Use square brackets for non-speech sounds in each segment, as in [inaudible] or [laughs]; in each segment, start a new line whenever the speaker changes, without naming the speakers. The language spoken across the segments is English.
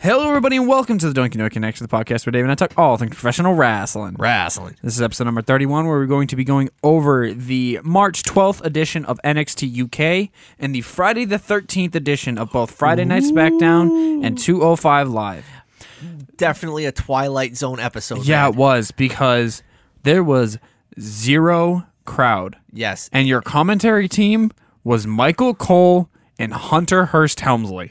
Hello, everybody, and welcome to the Donkey Note Connection, the podcast where Dave and I talk all things professional wrestling.
Wrestling.
This is episode number 31, where we're going to be going over the March 12th edition of NXT UK and the Friday the 13th edition of both Friday Night SmackDown and 205 Live.
Definitely a Twilight Zone episode.
Yeah,
man.
it was because there was zero crowd.
Yes.
And your commentary team was Michael Cole and Hunter Hurst Helmsley.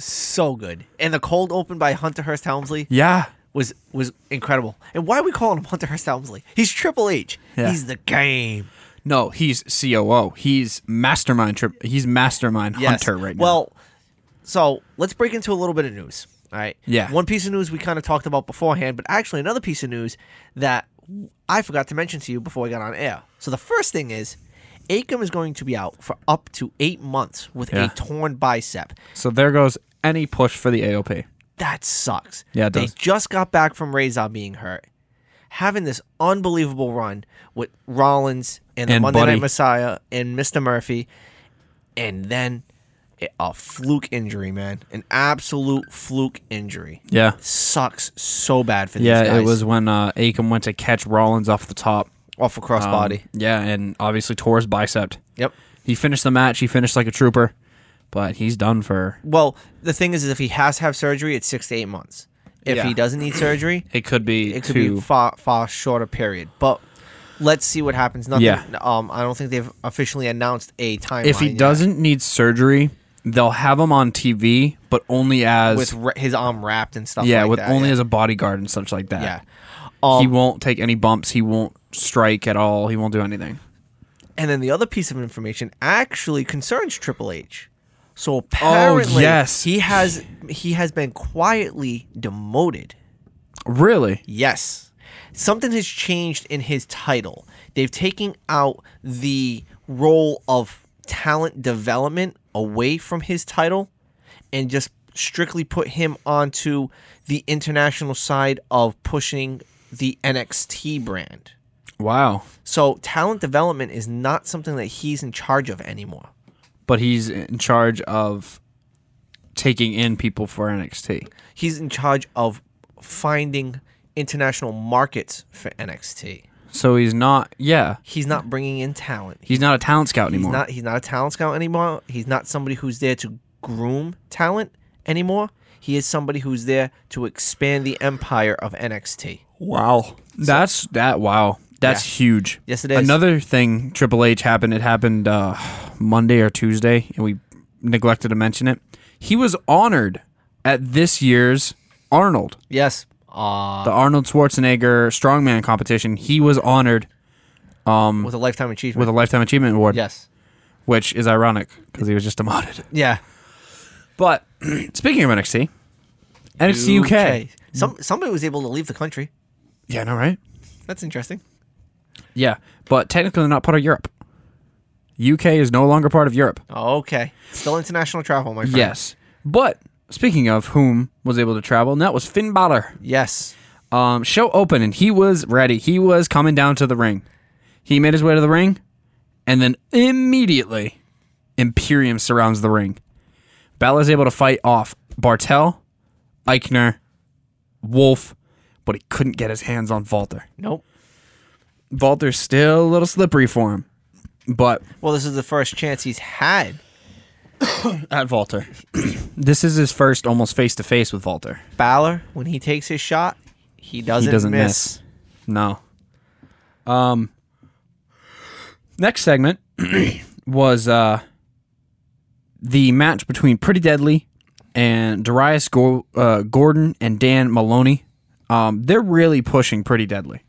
So good. And the cold open by Hunter Hearst Helmsley
Yeah.
was was incredible. And why are we calling him Hunter Hearst Helmsley? He's Triple H.
Yeah.
He's the game.
No, he's COO. He's mastermind. Tri- he's mastermind
Yes.
hunter right now.
Well, so let's break into a little bit of news. All right.
Yeah.
One piece of news we kind of talked about beforehand, but actually another piece of news that I forgot to mention to you before we got on air. So the first thing is Acom is going to be out for up to eight months with
Yeah.
a torn bicep.
so there goes any push for the AOP.
That sucks.
Yeah, it
they
does.
just got back from Razor being hurt, having this unbelievable run with Rollins and, the
And
Monday
Buddy.
Night Messiah and Mr. Murphy, and then a- a fluke injury, man, an absolute fluke injury.
Yeah.
Sucks so bad for these
Yeah,
guys.
it was when uh, Akam went to catch Rollins off the top.
off a crossbody.
Um, yeah, and obviously tore his bicep.
yep.
He finished the match. He finished like a trooper, but he's done for.
Well, the thing is, is if he has to have surgery, it's six to eight months. If
Yeah.
he doesn't need surgery,
It could be
it could
two.
be far far shorter period. But let's see what happens. Nothing.
Yeah.
Um, I don't think they've officially announced a timeline.
if he
yet
doesn't need surgery, they'll have him on TV, but only as
with ra- his arm wrapped and stuff.
yeah,
like
with
that,
only
yeah.
as a bodyguard and such like that.
yeah.
he
Um,
won't take any bumps. He won't strike at all. He won't do anything.
and then the other piece of information actually concerns Triple H. So apparently,
Oh, yes.
he has he has been quietly demoted.
Really?
Yes. Something has changed in his title. They've taken out the role of talent development away from his title and just strictly put him onto the international side of pushing the NXT brand.
Wow.
So, talent development is not something that he's in charge of anymore.
But he's in charge of taking in people for NXT.
He's in charge of finding international markets for NXT.
So he's not. Yeah,
He's not bringing in talent.
he's not a talent scout
He's
anymore.
not he's not a talent scout anymore. He's not somebody who's there to groom talent anymore. He is somebody who's there to expand the empire of NXT.
wow. That's that. Wow. That's huge.
Yes, it is.
Another thing, Triple H happened. It happened uh, Monday or Tuesday, and we neglected to mention it. He was honored at this year's Arnold,
Yes. Uh,
the Arnold Schwarzenegger Strongman competition. He was honored
with a lifetime achievement.
with a Lifetime Achievement Award,
yes.
which is ironic because he was just [laughs] demoted.
Yeah.
But [clears throat] speaking of NXT, NXT UK.
Okay. Some somebody was able to leave the country.
Yeah, no, right?
That's interesting.
Yeah, but technically not part of Europe. UK is no longer part of Europe.
Okay. Still international travel, my friend.
Yes. But speaking of whom was able to travel, and that was Finn Balor.
Yes.
Um, show open, and he was ready. He was coming down to the ring. He made his way to the ring, and then immediately, Imperium surrounds the ring. Balor's able to fight off Bartel, Eichner, Wolf, but he couldn't get his hands on Walter.
Nope.
Walter's still a little slippery for him, but
Well, this is the first chance he's had
at Walter, this is his first almost face to face with Walter.
Balor when he takes his shot. He doesn't,
doesn't
miss.
No. Um. Next segment [clears throat] was uh the match between Pretty Deadly and Darius Go- uh, Gordon and Dan Maloney. Um, they're really pushing Pretty Deadly.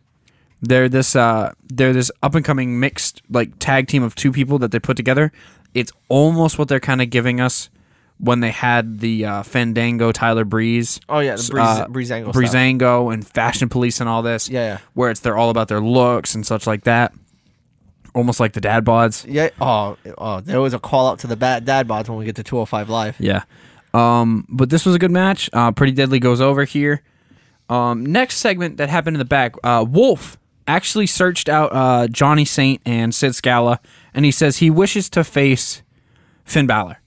They're this uh they're this up and coming mixed like tag team of two people that they put together. It's almost what they're kind of giving us when they had the uh, Fandango Tyler Breeze.
Oh yeah, the
s-
Breeze,
uh,
Breezango stuff.
Breezango and Fashion Police and all this.
Yeah, yeah.
Where it's they're all about their looks and such like that. Almost like the dad bods.
Yeah. Oh, oh, there was a call out to the bad dad bods when we get to 205 live.
Yeah. Um, but this was a good match. Uh, Pretty Deadly goes over here. Um, next segment that happened in the back, uh, Wolf actually searched out uh, Johnny Saint and Sid Scala, and he says he wishes to face Finn Balor,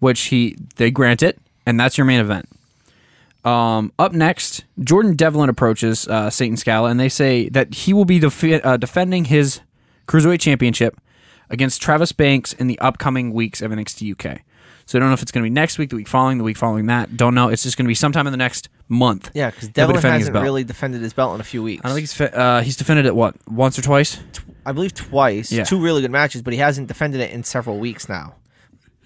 which he they grant it, and that's your main event. Um, up next, Jordan Devlin approaches uh, Satan Scala, and they say that he will be defe- uh, defending his cruiserweight championship against Travis Banks in the upcoming weeks of NXT UK. So I don't know if it's going to be next week, the week following, the week following that. Don't know. It's just going to be sometime in the next month.
Yeah, because
He'll be
Devlin
defending his
hasn't
belt.
really defended his belt in a few weeks.
I don't think he's fe- uh, he's defended it what once or twice.
I believe twice,
Yeah.
two really good matches, but he hasn't defended it in several weeks now.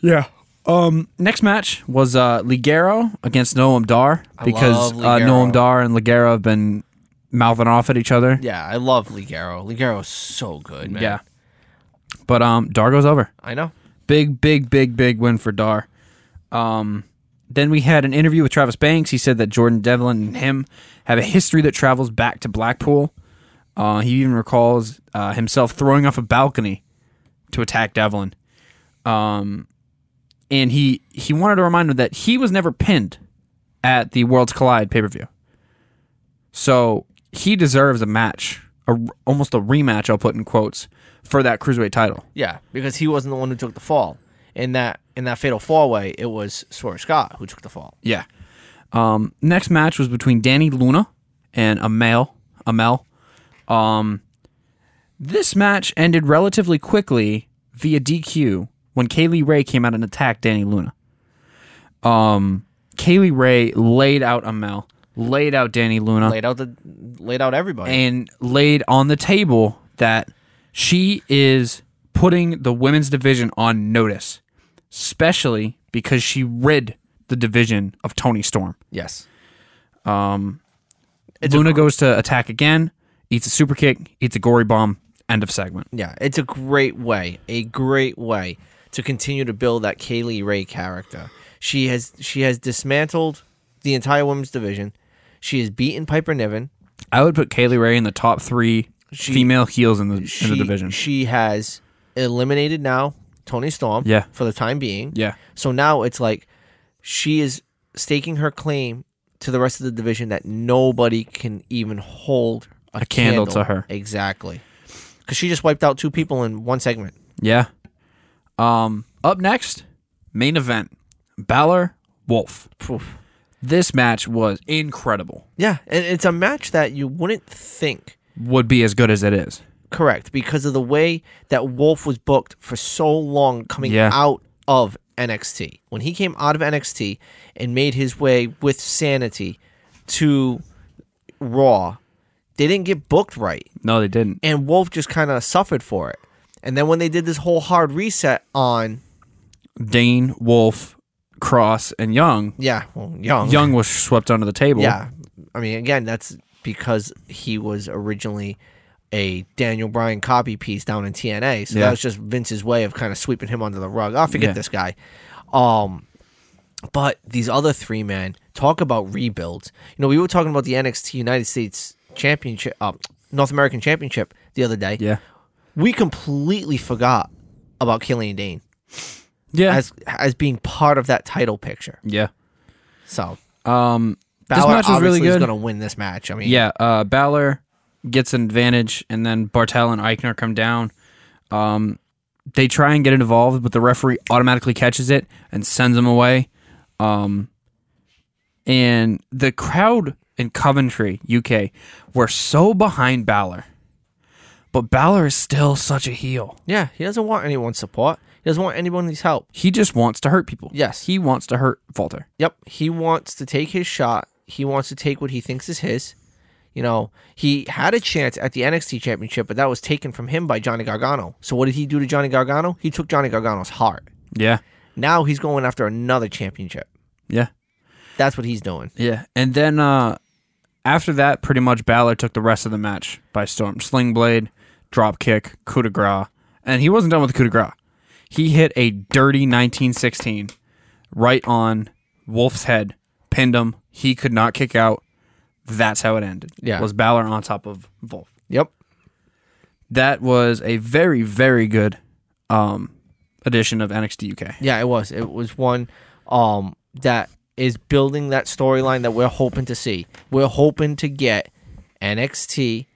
Yeah. Um, next match was uh, Ligero against Noam Dar because
love
uh,
Ligero.
Noam Dar and Ligero have been mouthing off at each other.
Yeah, I love Ligero. Ligero is so good, man.
Yeah. But um, Dar goes over.
I know.
Big, big, big, big win for Dar. Um, then we had an interview with Travis Banks. He said that Jordan Devlin and him have a history that travels back to Blackpool. Uh, he even recalls uh, himself throwing off a balcony to attack Devlin. Um, and he he wanted to remind him that he was never pinned at the Worlds Collide pay per view. So he deserves a match, a, almost a rematch. I'll put in quotes for that cruiserweight title.
Yeah, because he wasn't the one who took the fall. In that in that fatal four way, it was Swerve Scott who took the fall.
Yeah. Um, next match was between Danny Luna and Amel. Amel. Um, this match ended relatively quickly via DQ when Kaylee Ray came out and attacked Danny Luna. Um, Kaylee Ray laid out Amel, laid out Danny Luna,
Laid out the laid out everybody.
and laid on the table that she is putting the women's division on notice, especially because she rid the division of Tony Storm.
yes.
Luna goes to attack again, eats a super kick, eats a gory bomb. End of segment.
Yeah, it's a great way, a great way to continue to build that Kaylee Ray character. She has she has dismantled the entire women's division. She has beaten Piper Niven.
I would put Kaylee Ray in the top three
She-
female heels in the
She,
in the division.
She has eliminated now Tony Storm.
Yeah.
For the time being.
yeah,
So now it's like she is staking her claim to the rest of the division that nobody can even hold a,
candle to her.
Exactly. Because she just wiped out two people in one segment.
yeah. Um, up next, main event: Balor Wolf.
Poof.
This match was incredible.
Yeah, and it's a match that you wouldn't think
Would be as good as it is.
correct because of the way that Wolf was booked for so long coming
Yeah.
out of NXT. When he came out of NXT and made his way with sanity to Raw, they didn't get booked right.
No, they didn't.
and Wolf just kind of suffered for it. And then when they did this whole hard reset on,
Dane Wolf, Cross, and Young.
yeah, well, Young,
Young was swept under the table.
yeah. I mean, again, that's because he was originally a Daniel Bryan copy piece down in TNA, so
Yeah.
that was just Vince's way of kind of sweeping him under the rug. I forget
Yeah.
this guy. Um, but these other three men talk about rebuilds. You know, we were talking about the NXT United States Championship, uh, North American Championship, the other day.
yeah,
we completely forgot about Killian Dane.
yeah,
as as being part of that title picture.
yeah.
So
Um,
Balor
this match was really
obviously is
good.
going to win this match. I mean,
Yeah, uh, Balor gets an advantage, and then Bartel and Eichner come down. Um, they try and get it involved, but the referee automatically catches it and sends them away. Um, and the crowd in Coventry, UK, were so behind Balor, but Balor is still such a heel.
yeah, he doesn't want anyone's support. He doesn't want anybody's help.
He just wants to hurt people.
Yes.
he wants to hurt Falter.
Yep, he wants to take his shot. He wants to take what he thinks is his. You know, he had a chance at the NXT Championship, but that was taken from him by Johnny Gargano. So what did he do to Johnny Gargano? He took Johnny Gargano's heart.
Yeah,
Now he's going after another championship.
yeah.
That's what he's doing.
Yeah, and then uh, after that, pretty much Balor took the rest of the match by storm. Sling blade, drop kick, coup de grace, and he wasn't done with the coup de grace. He hit a dirty 1916 right on Wolf's head, pinned him. He could not kick out. That's how it ended.
Yeah.
was Balor on top of Wolf.
Yep.
That was a very very good um, edition of NXT UK.
Yeah, it was. It was one um that is building that storyline that we're hoping to see. We're hoping to get NXT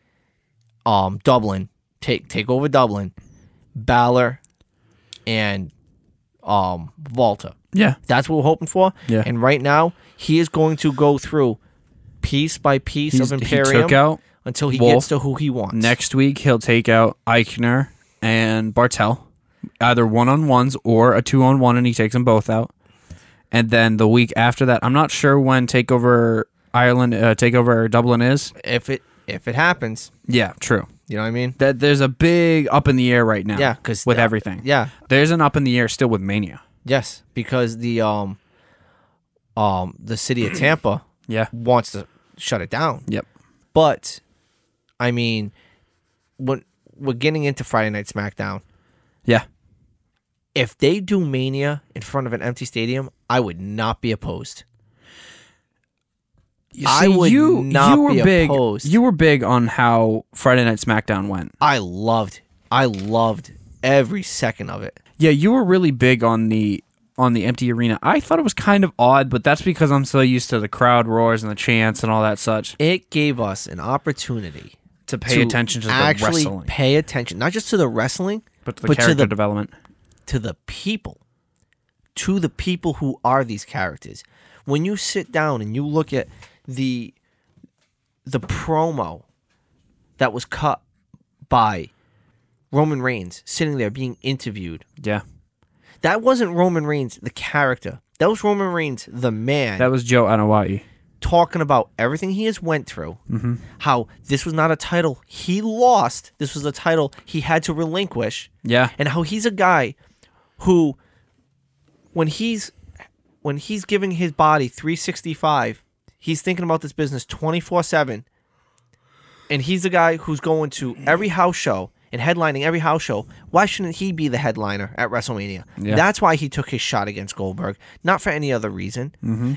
um Dublin take take over Dublin, Balor and um Volta.
Yeah.
That's what we're hoping for.
Yeah.
And right now, he is going to go through piece by piece
He's-
of
he
Imperium
took out
until he
Wolf.
gets to who he wants.
next week. He'll take out Eichner and Bartel, either one on ones or a two on one, and he takes them both out. And then the week after that, I'm not sure when Takeover Ireland, uh, Takeover Dublin is.
if it if it happens,
Yeah, true.
you know what I mean?
That there's a big up in the air right now.
Yeah, 'cause
with
that-
everything.
Yeah.
there's an up in the air still with Mania.
Yes, because the um um the city of Tampa
Yeah.
wants to shut it down.
Yep.
But I mean, when we're getting into Friday Night SmackDown,
Yeah.
if they do Mania in front of an empty stadium, I would not be opposed. I would not
you were
be
big,
opposed.
You were big on how Friday Night SmackDown went.
I loved, I loved every second of it.
Yeah, you were really big on the on the empty arena. I thought it was kind of odd, but that's because I'm so used to the crowd roars and the chants and all that such
It gave us an opportunity
to pay attention to the
actually
wrestling,
pay attention, not just to the wrestling,
but to the
but to
character
the-
development.
to the people, to the people who are these characters. When you sit down and you look at the the promo that was cut by Roman Reigns sitting there being interviewed,
Yeah,
that wasn't Roman Reigns the character. That was Roman Reigns the man
that was Joe Anawai.
talking about everything he has went through. How this was not a title he lost. This was a title he had to relinquish
Yeah,
and how he's a guy who when he's when he's giving his body 365 he's thinking about this business 24-7 and he's the guy who's going to every house show and headlining every house show why shouldn't he be the headliner at wrestlemania
Yeah.
that's why he took his shot against goldberg not for any other reason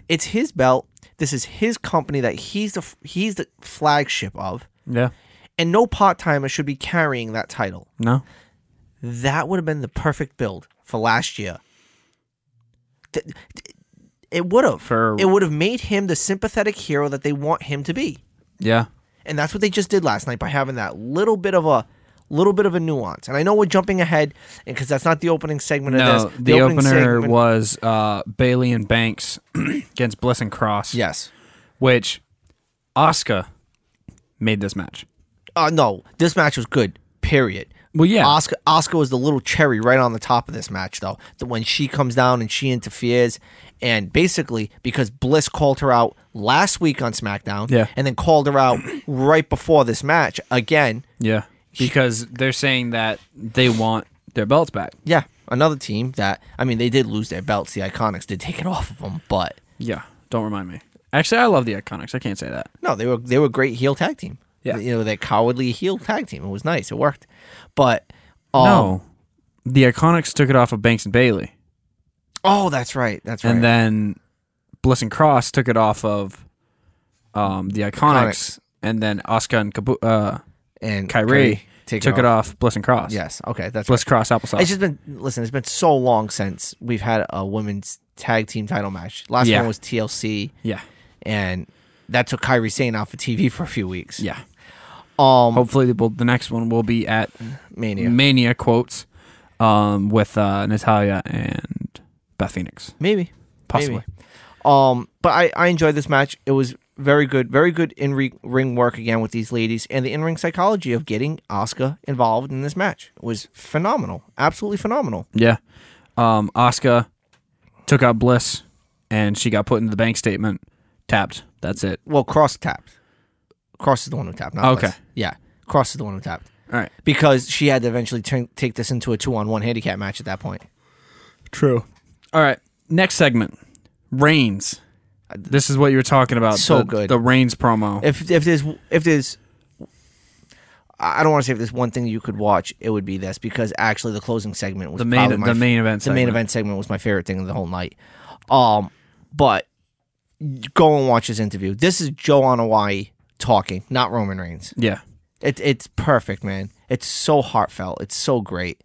it's his belt this is his company that he's the f- he's the flagship of
yeah.
and no part-timer should be carrying that title
No,
that would have been the perfect build for last year. Th- th- It would have.
For-
It would have made him the sympathetic hero that they want him to be,
yeah,
and that's what they just did last night by having that little bit of a little bit of a nuance. And I know we're jumping ahead, and because that's not the opening segment
no.
of this.
The, opener
segment-
was uh, Bailey and Banks [clears throat] against Bliss and Cross.
yes.
which Oscar made this match.
Uh, no, this match was good. Period.
Well, yeah,
Oscar Oscar was the little cherry right on the top of this match though. That when she comes down and she interferes and basically because Bliss called her out last week on SmackDown
Yeah.
and then called her out right before this match again.
yeah, because they're saying that they want their belts back.
Yeah, another team that I mean they did lose their belts. The Iconics did take it off of them, but
Yeah, don't remind me. Actually, I love the Iconics. I can't say that.
No, they were they were a great heel tag team.
Yeah.
You know, that cowardly heel tag team. It was nice. It worked. But um,
no, the Iconics took it off of Banks and Bailey,
Oh, that's right. That's right.
and then Bliss and Cross took it off of um, the Iconics,
Iconics.
and then Oscar and Kabu- uh,
and
Kyrie,
take
took it off. Bliss and Cross.
Yes. Okay. That's right.
Bliss Cross applesauce.
It's just been listen. It's been so long since we've had a women's tag team title match. Last
Yeah.
one was TLC,
yeah,
and that took Kyrie Sane off of TV for a few weeks.
yeah. Oh.
Um,
Hopefully, the, the next one will be at
Mania.
Mania quotes um, with uh, Natalia and Beth Phoenix.
Maybe.
Possibly.
Maybe. Um, but I I enjoyed this match. It was very good. Very good in re- ring work again with these ladies, and the in ring psychology of getting Asuka involved in this match was phenomenal. Absolutely phenomenal.
Yeah. Um, Asuka took out Bliss and she got put into the bank statement, tapped. That's it.
Well, Cross tapped. Cross is the one who tapped. Not
Okay.
Liz. Yeah. Cross is the one who tapped.
All right.
because she had to eventually turn, take this into a two on one handicap match at that point.
True. All right. Next segment Reigns. This is what you were talking about.
So
the,
good.
The Reigns promo.
If if there's if there's I I don't want to say if there's one thing you could watch, it would be this because actually the closing segment was
The main-
probably my
the
f-
main event
the main
segment.
event segment was my favorite thing of the whole night. Um, but go and watch this interview. This is Joe Anawai talking, not Roman Reigns.
yeah.
It's it's perfect, man. It's so heartfelt. It's so great.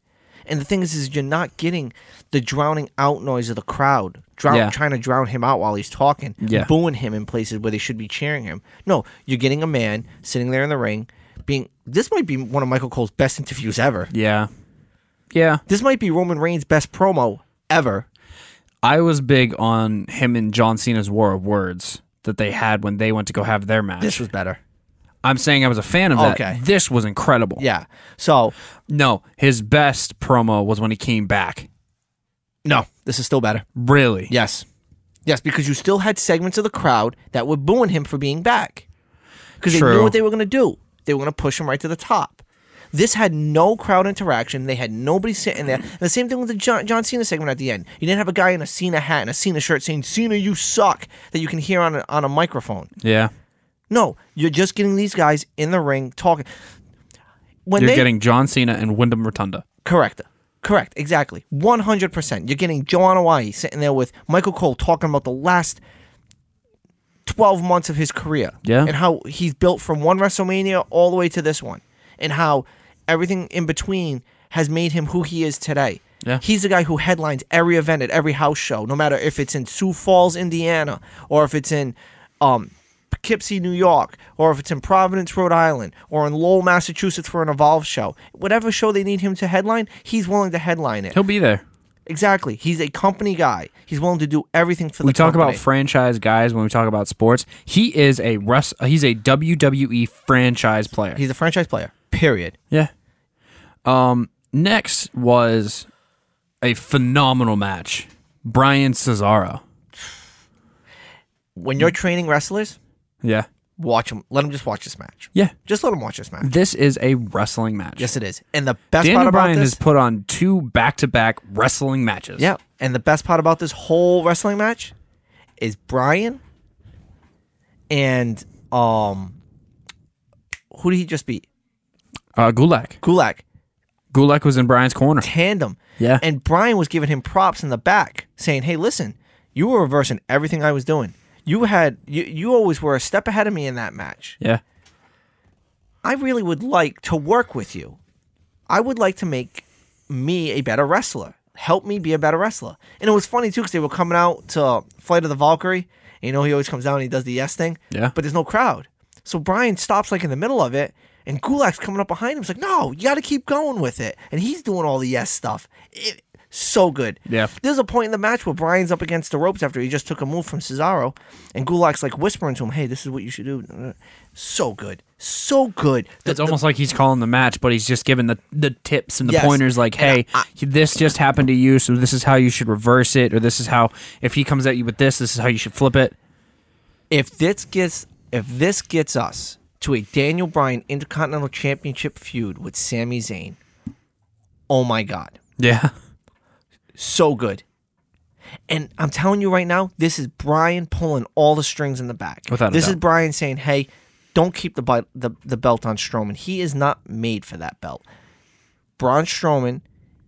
And the thing is, is you're not getting the drowning out noise of the crowd, drown,
Yeah.
trying to drown him out while he's talking,
Yeah.
booing him in places where they should be cheering him. No, you're getting a man sitting there in the ring, being. This might be one of Michael Cole's best interviews ever.
Yeah. Yeah.
This might be Roman Reigns' best promo ever.
I was big on him and John Cena's War of Words that they had when they went to go have their match.
This was better.
I'm saying I was a fan of that.
Okay.
This was incredible.
Yeah. So
No, his best promo was when he came back.
no, this is still better.
Really?
Yes. Yes, because you still had segments of the crowd that were booing him for being back. Because they knew
True.
what they were going to do. They were going to push him right to the top. This had no crowd interaction. They had nobody sitting there. And the same thing with the John, John Cena segment at the end. You didn't have a guy in a Cena hat and a Cena shirt saying, Cena, you suck, that you can hear on a, on a microphone.
Yeah.
No, you're just getting these guys in the ring talking. When
You're
they
getting John Cena and Wyndham Rotunda.
Correct. Correct. Exactly. 100%. You're getting Joanna Wai sitting there with Michael Cole talking about the last 12 months of his career.
Yeah.
And how he's built from one WrestleMania all the way to this one. And how everything in between has made him who he is today.
Yeah.
He's the guy who headlines every event at every house show, no matter if it's in Sioux Falls, Indiana, or if it's in um, Poughkeepsie, New York, or if it's in Providence, Rhode Island, or in Lowell, Massachusetts for an Evolve show. Whatever show they need him to headline, he's willing to headline it.
He'll be there.
Exactly. He's a company guy. He's willing to do everything for
We
the
talk
company.
about franchise guys when we talk about sports. He is a rest, he's a WWE franchise player.
he's a franchise player, period.
Yeah. Um, next was a phenomenal match. Brian Cesaro. Mm.
When you're training wrestlers,
Yeah.
watch them. Let them just watch this match.
Yeah.
Just let them watch this match.
This is a wrestling match.
Yes, it is. And the best part
Daniel
about
Bryan
this,
has put on two back to back wrestling matches.
Yeah. And the best part about this whole wrestling match is Brian and um who did he just beat?
Uh, Gulak.
Gulak.
Gulak was in Brian's corner.
Tandem.
Yeah.
And Brian was giving him props in the back, saying, Hey, listen, you were reversing everything I was doing. You had you, you always were a step ahead of me in that match.
Yeah.
I really would like to work with you. I would like to make me a better wrestler. Help me be a better wrestler. And it was funny too because they were coming out to Flight of the Valkyrie. And you know he always comes down and he does the yes thing.
Yeah.
But there's no crowd. So Brian stops like in the middle of it, and Gulak's coming up behind him. He's like, "No, you got to keep going with it." And he's doing all the yes stuff. It, so good.
Yeah.
There's a point in the match where Brian's up against the ropes after he just took a move from Cesaro, and Gulak's like whispering to him, "Hey, this is what you should do." So good, so good. The-
It's almost like he's calling the match, but he's just giving the, the tips and the
Yes.
pointers like, hey, this just happened to you, so this is how you should reverse it, or this is how, if he comes at you with this, this is how you should flip it.
if this gets if this gets us to a Daniel Bryan Intercontinental Championship feud with Sami Zayn, oh my god,
Yeah.
so good. And I'm telling you right now, this is Bryan pulling all the strings in the back.
Without a
this is
doubt.
Bryan saying, "Hey, don't keep the, bi- the the belt on Strowman. He is not made for that belt. Braun Strowman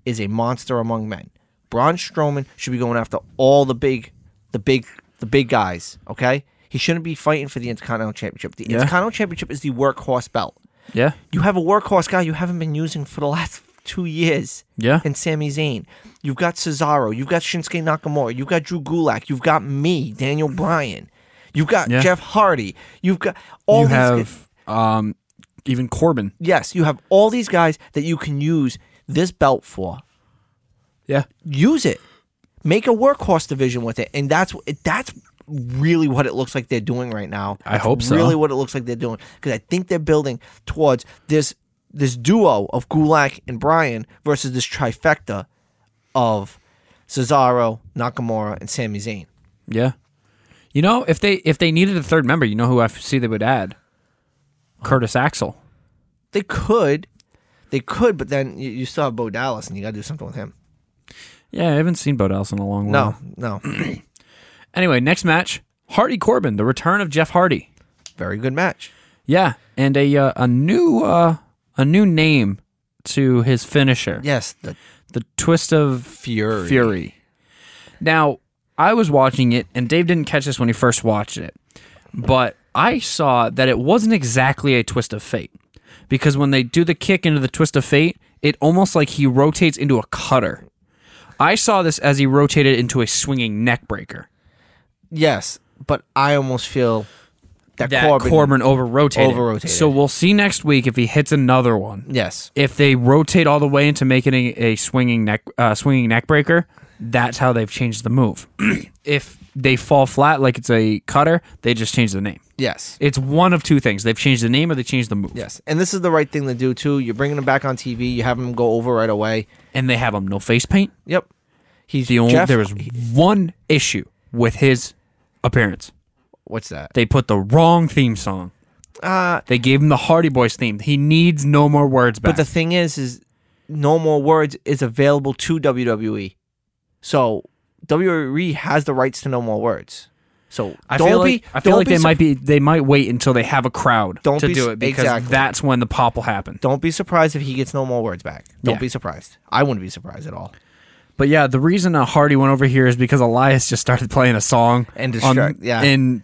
is a monster among men. Braun Strowman should be going after all the big, the big, the big guys. Okay, he shouldn't be fighting for the Intercontinental Championship. The Intercontinental Championship is the workhorse belt.
Yeah.
You have a workhorse guy you haven't been using for the last [laughs] two years.
Yeah.
And Sami Zayn. You've got Cesaro. You've got Shinsuke Nakamura. You've got Drew Gulak. You've got me, Daniel Bryan. You've got
Yeah.
Jeff Hardy. You've got all
you
these.
have um, even Corbin.
yes, you have all these guys that you can use this belt for.
Yeah.
Use it. Make a workhorse division with it, and that's that's really what it looks like they're doing right now.
I
That's
hope so.
Really, what it looks like they're doing because I think they're building towards this this duo of Gulak and Bryan versus this trifecta of Cesaro, Nakamura, and Sami Zayn.
Yeah. You know, if they if they needed a third member, you know who I f- see they would add? Curtis Axel.
They could, they could, but then you, you still have Bo Dallas, and you got to do something with him.
Yeah, I haven't seen Bo Dallas in a long while.
No, no,
Anyway, next match, Hardy Corbin, the return of Jeff Hardy.
very good match.
Yeah, and a uh, a new uh, a new name to his finisher.
Yes, the
The twist of
Fury.
Fury. Now, I was watching it and Dave didn't catch this when he first watched it. But I saw that it wasn't exactly a twist of fate because when they do the kick into the twist of fate, it almost like he rotates into a cutter. I saw this as he rotated into a swinging neck breaker.
Yes, but I almost feel that,
That
Corbin.
Corbin, over rotated.
Over-rotated.
So we'll see next week if he hits another one.
Yes,
If they rotate all the way into making a, a swinging neck uh, swinging neck breaker, That's how they've changed the move. [clears throat] if they fall flat like it's a cutter, they just change the name.
Yes.
It's one of two things. They've changed the name or they changed the move.
Yes. And this is the right thing to do too. You're bringing him back on TV. You have him go over right away.
And they have him no face paint.
Yep. He's
The only
Jeff-
there was one issue with his appearance.
What's that?
They put the wrong theme song.
Uh,
They gave him the Hardy Boys theme. He needs no more words back.
but the thing is, is no more words is available to WWE. So WWE has the rights to no more words. So
I
don't
feel
be.
like, I feel
don't
like
be
they
sur-
might be they might wait until they have a crowd
Don't
to
be
do
su-
it because
exactly.
that's when the pop will happen.
Don't be surprised if he gets no more words back. Don't
Yeah.
be surprised. I wouldn't be surprised at all.
But yeah, the reason uh, Hardy went over here is because Elias just started playing a song
And
on-
distract- yeah.
And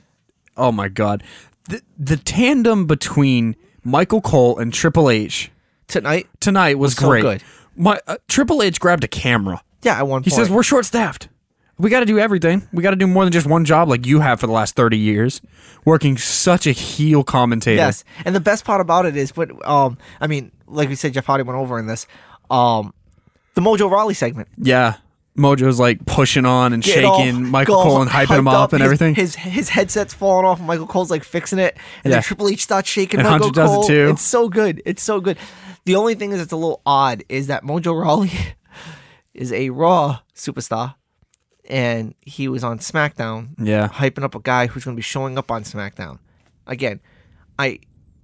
oh my god, the, the tandem between Michael Cole and Triple H
Tonight,
tonight was,
so
great.
good.
My uh, Triple H grabbed a camera.
yeah, at one
He
point
says we're short staffed. We got to do everything. We got to do more than just one job like you have for the last 30 years, working such a heel commentator.
Yes, and the best part about it is, but um, I mean, like we said, Jeff Hardy went over in this, um, the Mojo Raleigh segment,
Yeah. Mojo's like pushing on and
Get all-
shaking Michael
all
Cole and hyping him
hyped
up, and
his-
everything.
His his headset's falling off. and Michael Cole's like fixing it, and
Yeah.
then Triple H starts shaking.
And
Michael
Hunter does it
Cole.
too.
It's so good. It's so good. The only thing is, it's a little odd is that Mojo Raleigh [laughs] is a Raw superstar, and he was on SmackDown.
Yeah.
hyping up a guy who's going to be showing up on SmackDown. Again, I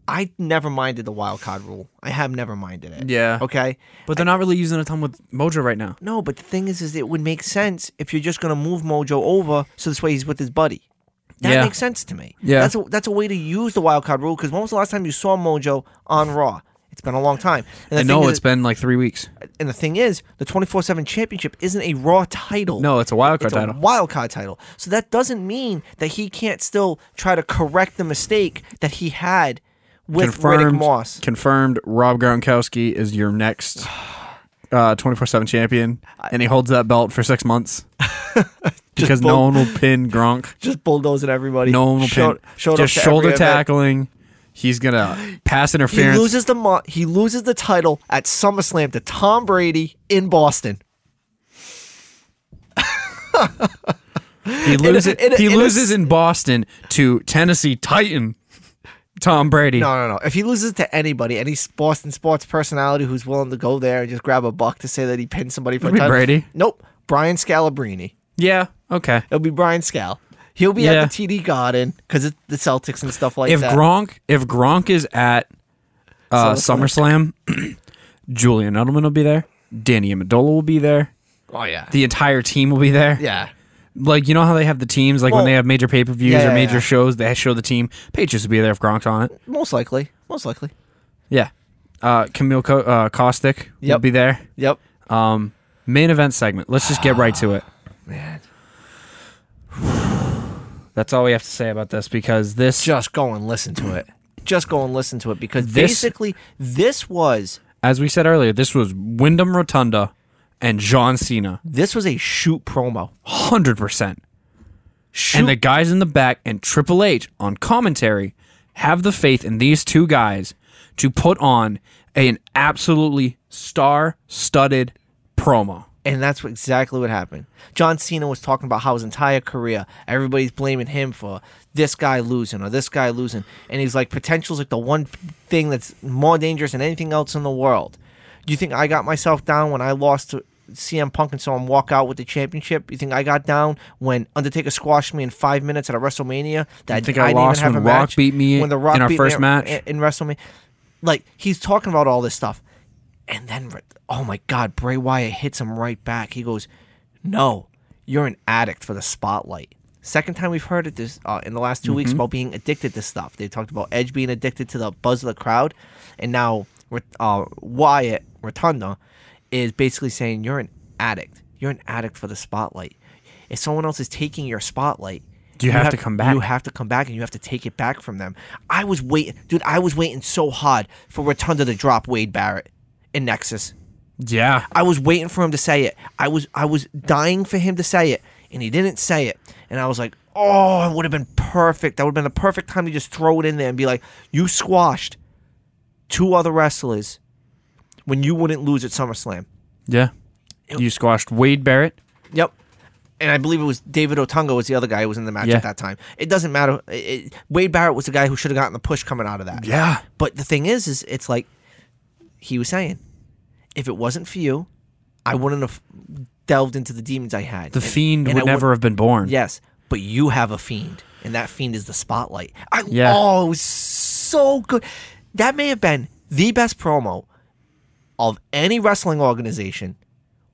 I never minded the wild card rule. I have never minded it.
Yeah.
Okay.
but they're not really using a ton with Mojo right now.
No, but the thing is, is it would make sense if you're just going to move Mojo over, so this way he's with his buddy. That
Yeah.
makes sense to me.
Yeah.
That's a, that's a way to use the wild card rule. Because when was the last time you saw Mojo on Raw? It's been a long time. And the
I
thing
know
is-
it's been like three weeks.
and the thing is, the 24 7 championship isn't a Raw title.
No, it's a wild card
it's
title.
a wild card title. So that doesn't mean that he can't still try to correct the mistake that he had with Riddick
confirmed.
Moss.
Confirmed. Rob Gronkowski is your
[sighs]
next twenty four seven champion, and he holds that belt for six
[laughs]
months because no
bull-
one will pin Gronk.
Just bulldozing everybody.
No one will
Showed-
pin.
showed up
Just
to every
shoulder
event.
tackling. He's gonna pass
He
interference.
loses the mo- he loses the title at SummerSlam to Tom Brady in Boston.
He loses.
in a-
he
in a-
loses in Boston to Tennessee Titan Tom Brady.
No, no, no. If he loses to anybody, any s- Boston sports personality who's willing to go there and just grab a buck to say that he pinned somebody for a
It'll be
title,
Brady.
Nope, Brian Scalabrine.
Yeah. Okay.
It'll be Brian Scal. He'll be
Yeah.
at the TD Garden because it's the Celtics and stuff like
If
that.
Gronk, if Gronk is at uh, SummerSlam, [clears throat] Julian Edelman will be there. Danny Amendola will be there.
oh yeah,
The entire team will be there.
yeah,
Like you know how they have the teams, like when
Well-
they have major pay per views
Yeah,
or
yeah,
major
yeah.
shows, they show the team. Patriots will be there if Gronk's on it.
most likely, most likely.
Yeah. Uh, Camille Co- uh, Caustic will
Yep.
be there.
Yep,
Um, main event segment. Let's just get right
[sighs]
to it.
man,
That's all we have to say about this because this
just go and listen to it. Just go and listen to it because
This-
basically this was
as we said earlier, this was Wyndham Rotunda and John Cena,
this was a shoot promo.
hundred percent.
Shoot,
And the guys in the back and Triple H on commentary have the faith in these two guys to put on an absolutely star-studded promo.
And that's what- exactly what happened. John Cena was talking about how his entire career, everybody's blaming him for this guy losing or this guy losing. And he's like, potential's like the one thing that's more dangerous than anything else in the world. Do you think I got myself down when I lost to CM Punk and saw him walk out with the championship? You think I got down when Undertaker squashed me in five minutes at a WrestleMania? That
think I lost
didn't even have
when
a
Rock
match?
beat me
when the Rock
in our
beat me
first
at-
match?
in- in WrestleMania? Like he's talking about all this stuff, and then oh my God, Bray Wyatt hits him right back. He goes, "No, you're an addict for the spotlight." Second time we've heard it this uh, in the last 2
Mm-hmm.
weeks about being addicted to stuff. They talked about Edge being addicted to the buzz of the crowd, and now uh, Wyatt Rotunda is basically saying you're an addict. You're an addict for the spotlight. If someone else is taking your spotlight,
You have to come back.
You have to come back and you have to take it back from them. I was waiting, dude. I was waiting so hard for Rotunda to drop Wade Barrett in Nexus.
Yeah.
I was waiting for him to say it. I was I was dying for him to say it, and he didn't say it. And I was like, oh, it would have been perfect. That would have been the perfect time to just throw it in there and be like, you squashed two other wrestlers when you wouldn't lose at SummerSlam.
Yeah. You squashed Wade Barrett
Yep. And I believe it was David Otunga was the other guy who was in the match
Yeah.
at that time. It doesn't matter. It- it- Wade Barrett was the guy who should have gotten the push coming out of that.
Yeah.
But the thing is, is it's like he was saying, if it wasn't for you, I wouldn't have delved into the demons I had.
The fiend
and I
would never have been born.
Yes, but you have a fiend, and that fiend is the spotlight. I
Yeah.
oh, it was so good. That may have been the best promo of any wrestling organization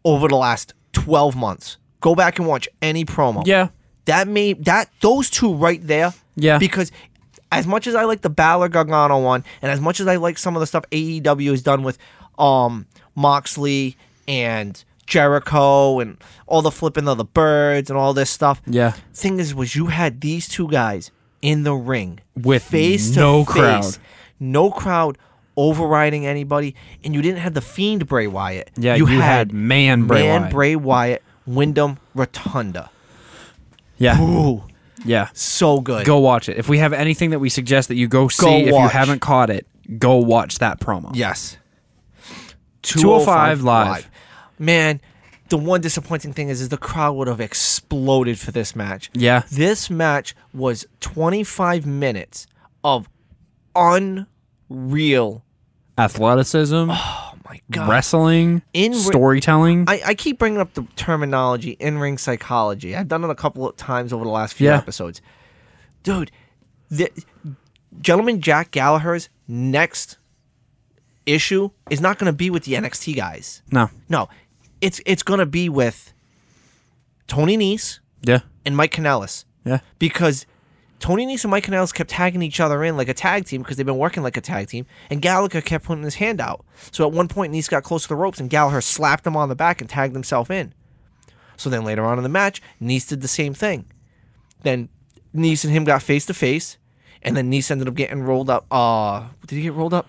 over the last twelve months. Go back and watch any promo.
Yeah.
that may that those two right there.
Yeah.
because. As much as I like the Balor Gargano one, and as much as I like some of the stuff AEW has done with um, Moxley and Jericho and all the flipping of the birds and all this stuff,
Yeah.
thing is was you had these two guys in the ring
With
face
no
to
crowd.
face, no crowd overriding anybody and you didn't have the fiend Bray Wyatt
Yeah, you had man Bray
man
Wyatt.
Bray Wyatt Wyndham Rotunda
Yeah.
ooh
Yeah.
so good
Go watch it. If we have anything that we suggest that you go see, if you
watch.
haven't caught it, go watch that promo.
yes
205 Live.
man the one disappointing thing is is the crowd would have exploded for this match
Yeah.
This match was 25 minutes of unreal.
Athleticism,
Oh my god.
wrestling,
In re-
storytelling.
I, I keep bringing up the terminology in ring psychology. I've done it a couple of times over the last few
Yeah.
episodes. Dude, the gentleman Jack Gallagher's next issue is not going to be with the NXT guys.
no.
No, it's it's going to be with Tony Nese
Yeah.
and Mike Kanellis.
Yeah.
because Tony Nese and Mike Canales kept tagging each other in like a tag team because they've been working like a tag team, and Gallagher kept putting his hand out. So at one point, Nese got close to the ropes, and Gallagher slapped him on the back and tagged himself in. So then later on in the match, Nese did the same thing. Then Nese and him got face to face, and then Nese ended up getting rolled up. Uh, did he get rolled up?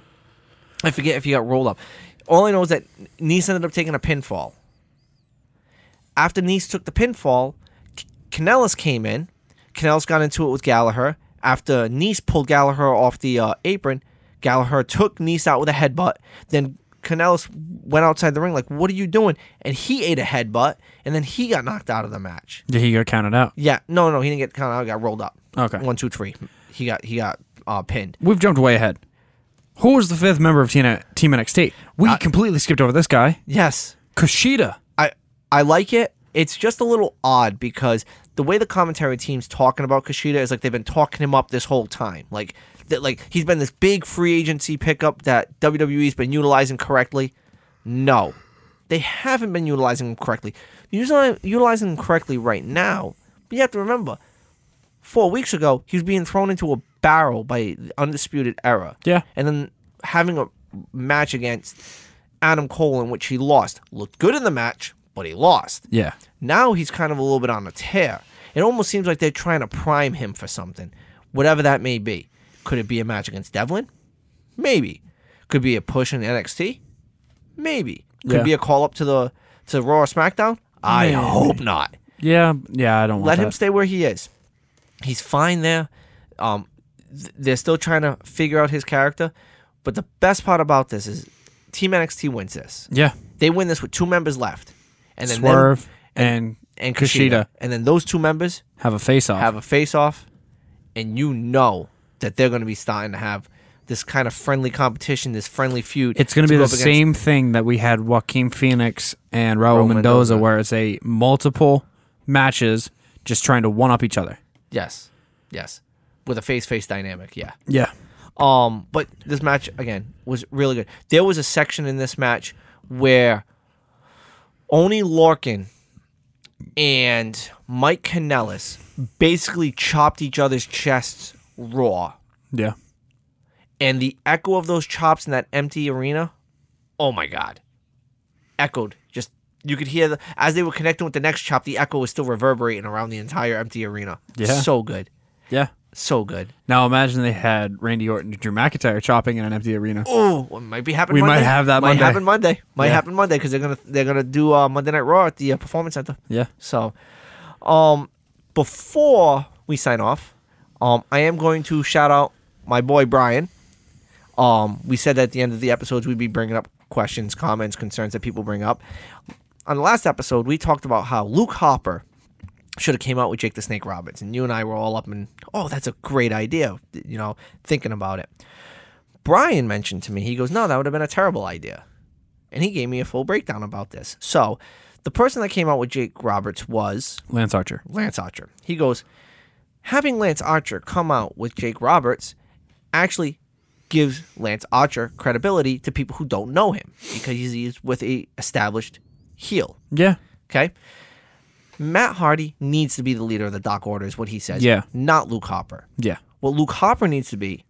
I forget if he got rolled up. All I know is that Nice ended up taking a pinfall. After Nice took the pinfall, K- Kanellis came in. Kanellis got into it with Gallagher. After Nice pulled Gallagher off the uh, apron, Gallagher took Nice out with a headbutt. Then Kanellis went outside the ring, like, What are you doing? And he ate a headbutt, and then he got knocked out of the match.
Yeah, he got counted out.
Yeah, no, no, he didn't get counted out. He got rolled up.
Okay.
One, two, three. He got he got uh, pinned.
We've jumped way ahead. Who was the fifth member of TN- Team NXT? We completely skipped over this guy.
Yes.
Kushida.
I I like it. It's just a little odd because the way the commentary team's talking about Kushida is like they've been talking him up this whole time. Like that, like he's been this big free agency pickup that WWE's been utilizing correctly. No, they haven't been utilizing him correctly. Usually, utilizing him correctly right now. But you have to remember, four weeks ago he was being thrown into a barrel by the Undisputed Era.
Yeah.
and then having a match against Adam Cole in which he lost looked good in the match, but he lost.
Yeah.
Now he's kind of a little bit on a tear. It almost seems like they're trying to prime him for something, whatever that may be. Could it be a match against Devlin? Maybe. Could be a push in NXT? Maybe. Could
Yeah.
be a call up to the to Raw or SmackDown? I
Maybe.
hope not.
Yeah. Yeah, I don't
Let
want
him
that.
stay where he is. He's fine there. Um, th- they're still trying to figure out his character. But the best part about this is Team NXT wins this.
yeah.
They win this with two members left, and then them
Swerve and,
and Kushida.
Kushida,
and then those two members
have a face off.
have a face off, and you know that they're going to be starting to have this kind of friendly competition, this friendly feud.
It's going to be the
go up against-
same thing that we had Joaquin Phoenix and Raul
Raul
Mendoza,
Mendoza.
where it's a multiple matches just trying to one up each other.
Yes, yes, with a face face dynamic. Yeah.
Yeah.
Um, but this match again was really good. There was a section in this match where Oni Larkin and Mike Kanellis basically chopped each other's chests raw.
Yeah.
and the echo of those chops in that empty arena oh my god echoed just you could hear the as they were connecting with the next chop the echo was still reverberating around the entire empty arena
Yeah.
so good
Yeah.
so good
Now imagine they had Randy Orton and Drew McIntyre chopping in an empty arena.
oh well, it might be
We
happening
might
Monday.
have that
might
Monday.
happen monday might
Yeah.
happen monday because they're gonna they're gonna do uh, monday night raw at the uh, performance center
Yeah.
So, um, before we sign off, um, I am going to shout out my boy Brian. Um, we said at the end of the episodes we'd be bringing up questions, comments, concerns that people bring up. on the last episode, we talked about how Luke Hopper should have came out with Jake the Snake Roberts, and you and I were all up and oh, that's a great idea, you know, thinking about it. Brian mentioned to me, he goes, no, that would have been a terrible idea, and he gave me a full breakdown about this. So, the person that came out with Jake Roberts was
Lance Archer.
Lance Archer. He goes, having Lance Archer come out with Jake Roberts actually gives Lance Archer credibility to people who don't know him because he's, he's with a established heel.
Yeah.
Okay. Matt Hardy needs to be the leader of the Doc Order, is what he says.
Yeah.
Not Luke Hopper.
Yeah.
What Luke Hopper needs to be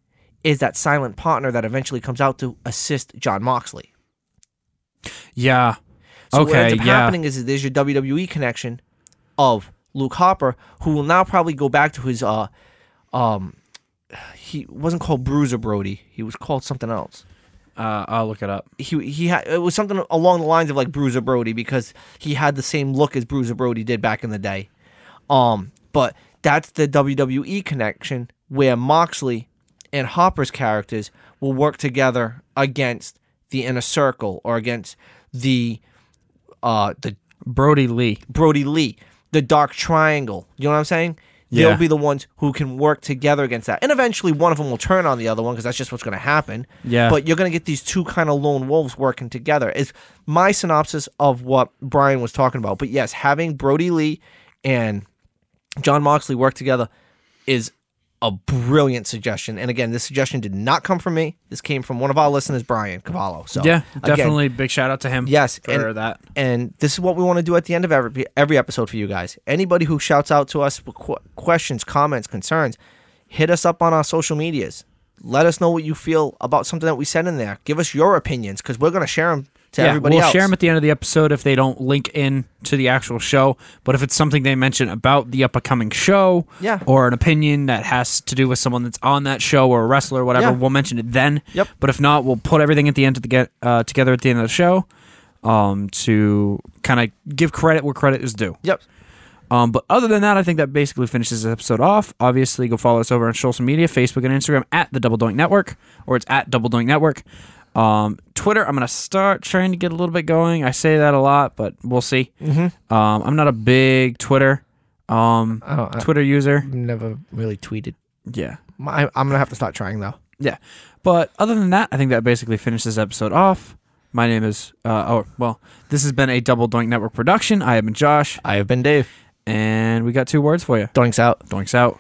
is that silent partner that eventually comes out to assist John Moxley.
Yeah.
So what
okay.
ends up
Yeah.
happening is that there's your WWE connection of Luke Hopper, who will now probably go back to his uh um he wasn't called Bruiser Brody. He was called something else.
Uh, I'll look it up.
He he had it was something along the lines of like Bruiser Brody because he had the same look as Bruiser Brody did back in the day. Um, but that's the WWE connection where Moxley and Hopper's characters will work together against the inner circle or against the uh the
Brody Lee.
Brody Lee, the Dark Triangle. You know what I'm saying?
Yeah.
They'll be the ones who can work together against that. And eventually one of them will turn on the other one because that's just what's going to happen.
Yeah.
But you're going to get these two kind of lone wolves working together. Is my synopsis of what Brian was talking about. But yes, having Brody Lee and John Moxley work together is a brilliant suggestion. And again, this suggestion did not come from me. This came from one of our listeners, Brian Cavallo. So
Yeah.
Oh, again,
Definitely. Big shout out to him.
Yes,
For
and-
that.
and this is what we want to do at the end of every every episode for you guys. Anybody who shouts out to us with qu- questions, comments, concerns, hit us up on our social medias. Let us know what you feel about something that we said in there. Give us your opinions because we're going to share them to everybody
we'll
else.
share them at the end of the episode if they don't link in to the actual show. But if it's something they mention about the upcoming show,
Yeah.
or an opinion that has to do with someone that's on that show or a wrestler or whatever,
Yeah.
we'll mention it then.
Yep.
But if not, we'll put everything at the end to the get uh, together at the end of the show, um, to kind of give credit where credit is due.
yep.
Um, but other than that, I think that basically finishes the episode off. Obviously, go follow us over on social media, Facebook and Instagram at the Double Doink Network, or it's at Double Doink Network. Um, Twitter, I'm gonna start trying to get a little bit going. I say that a lot, but we'll see. Mm-hmm. Um, I'm not a big Twitter um,
I don't,
Twitter user.
never really tweeted.
Yeah,
I, I'm going to have to start trying though.
yeah. But other than that, I think that basically finishes the episode off. My name is, uh, oh, well, this has been a Double Doink Network production. I have been Josh,
I have been Dave.
and we got two words for you.
Doinks out.
Doinks out.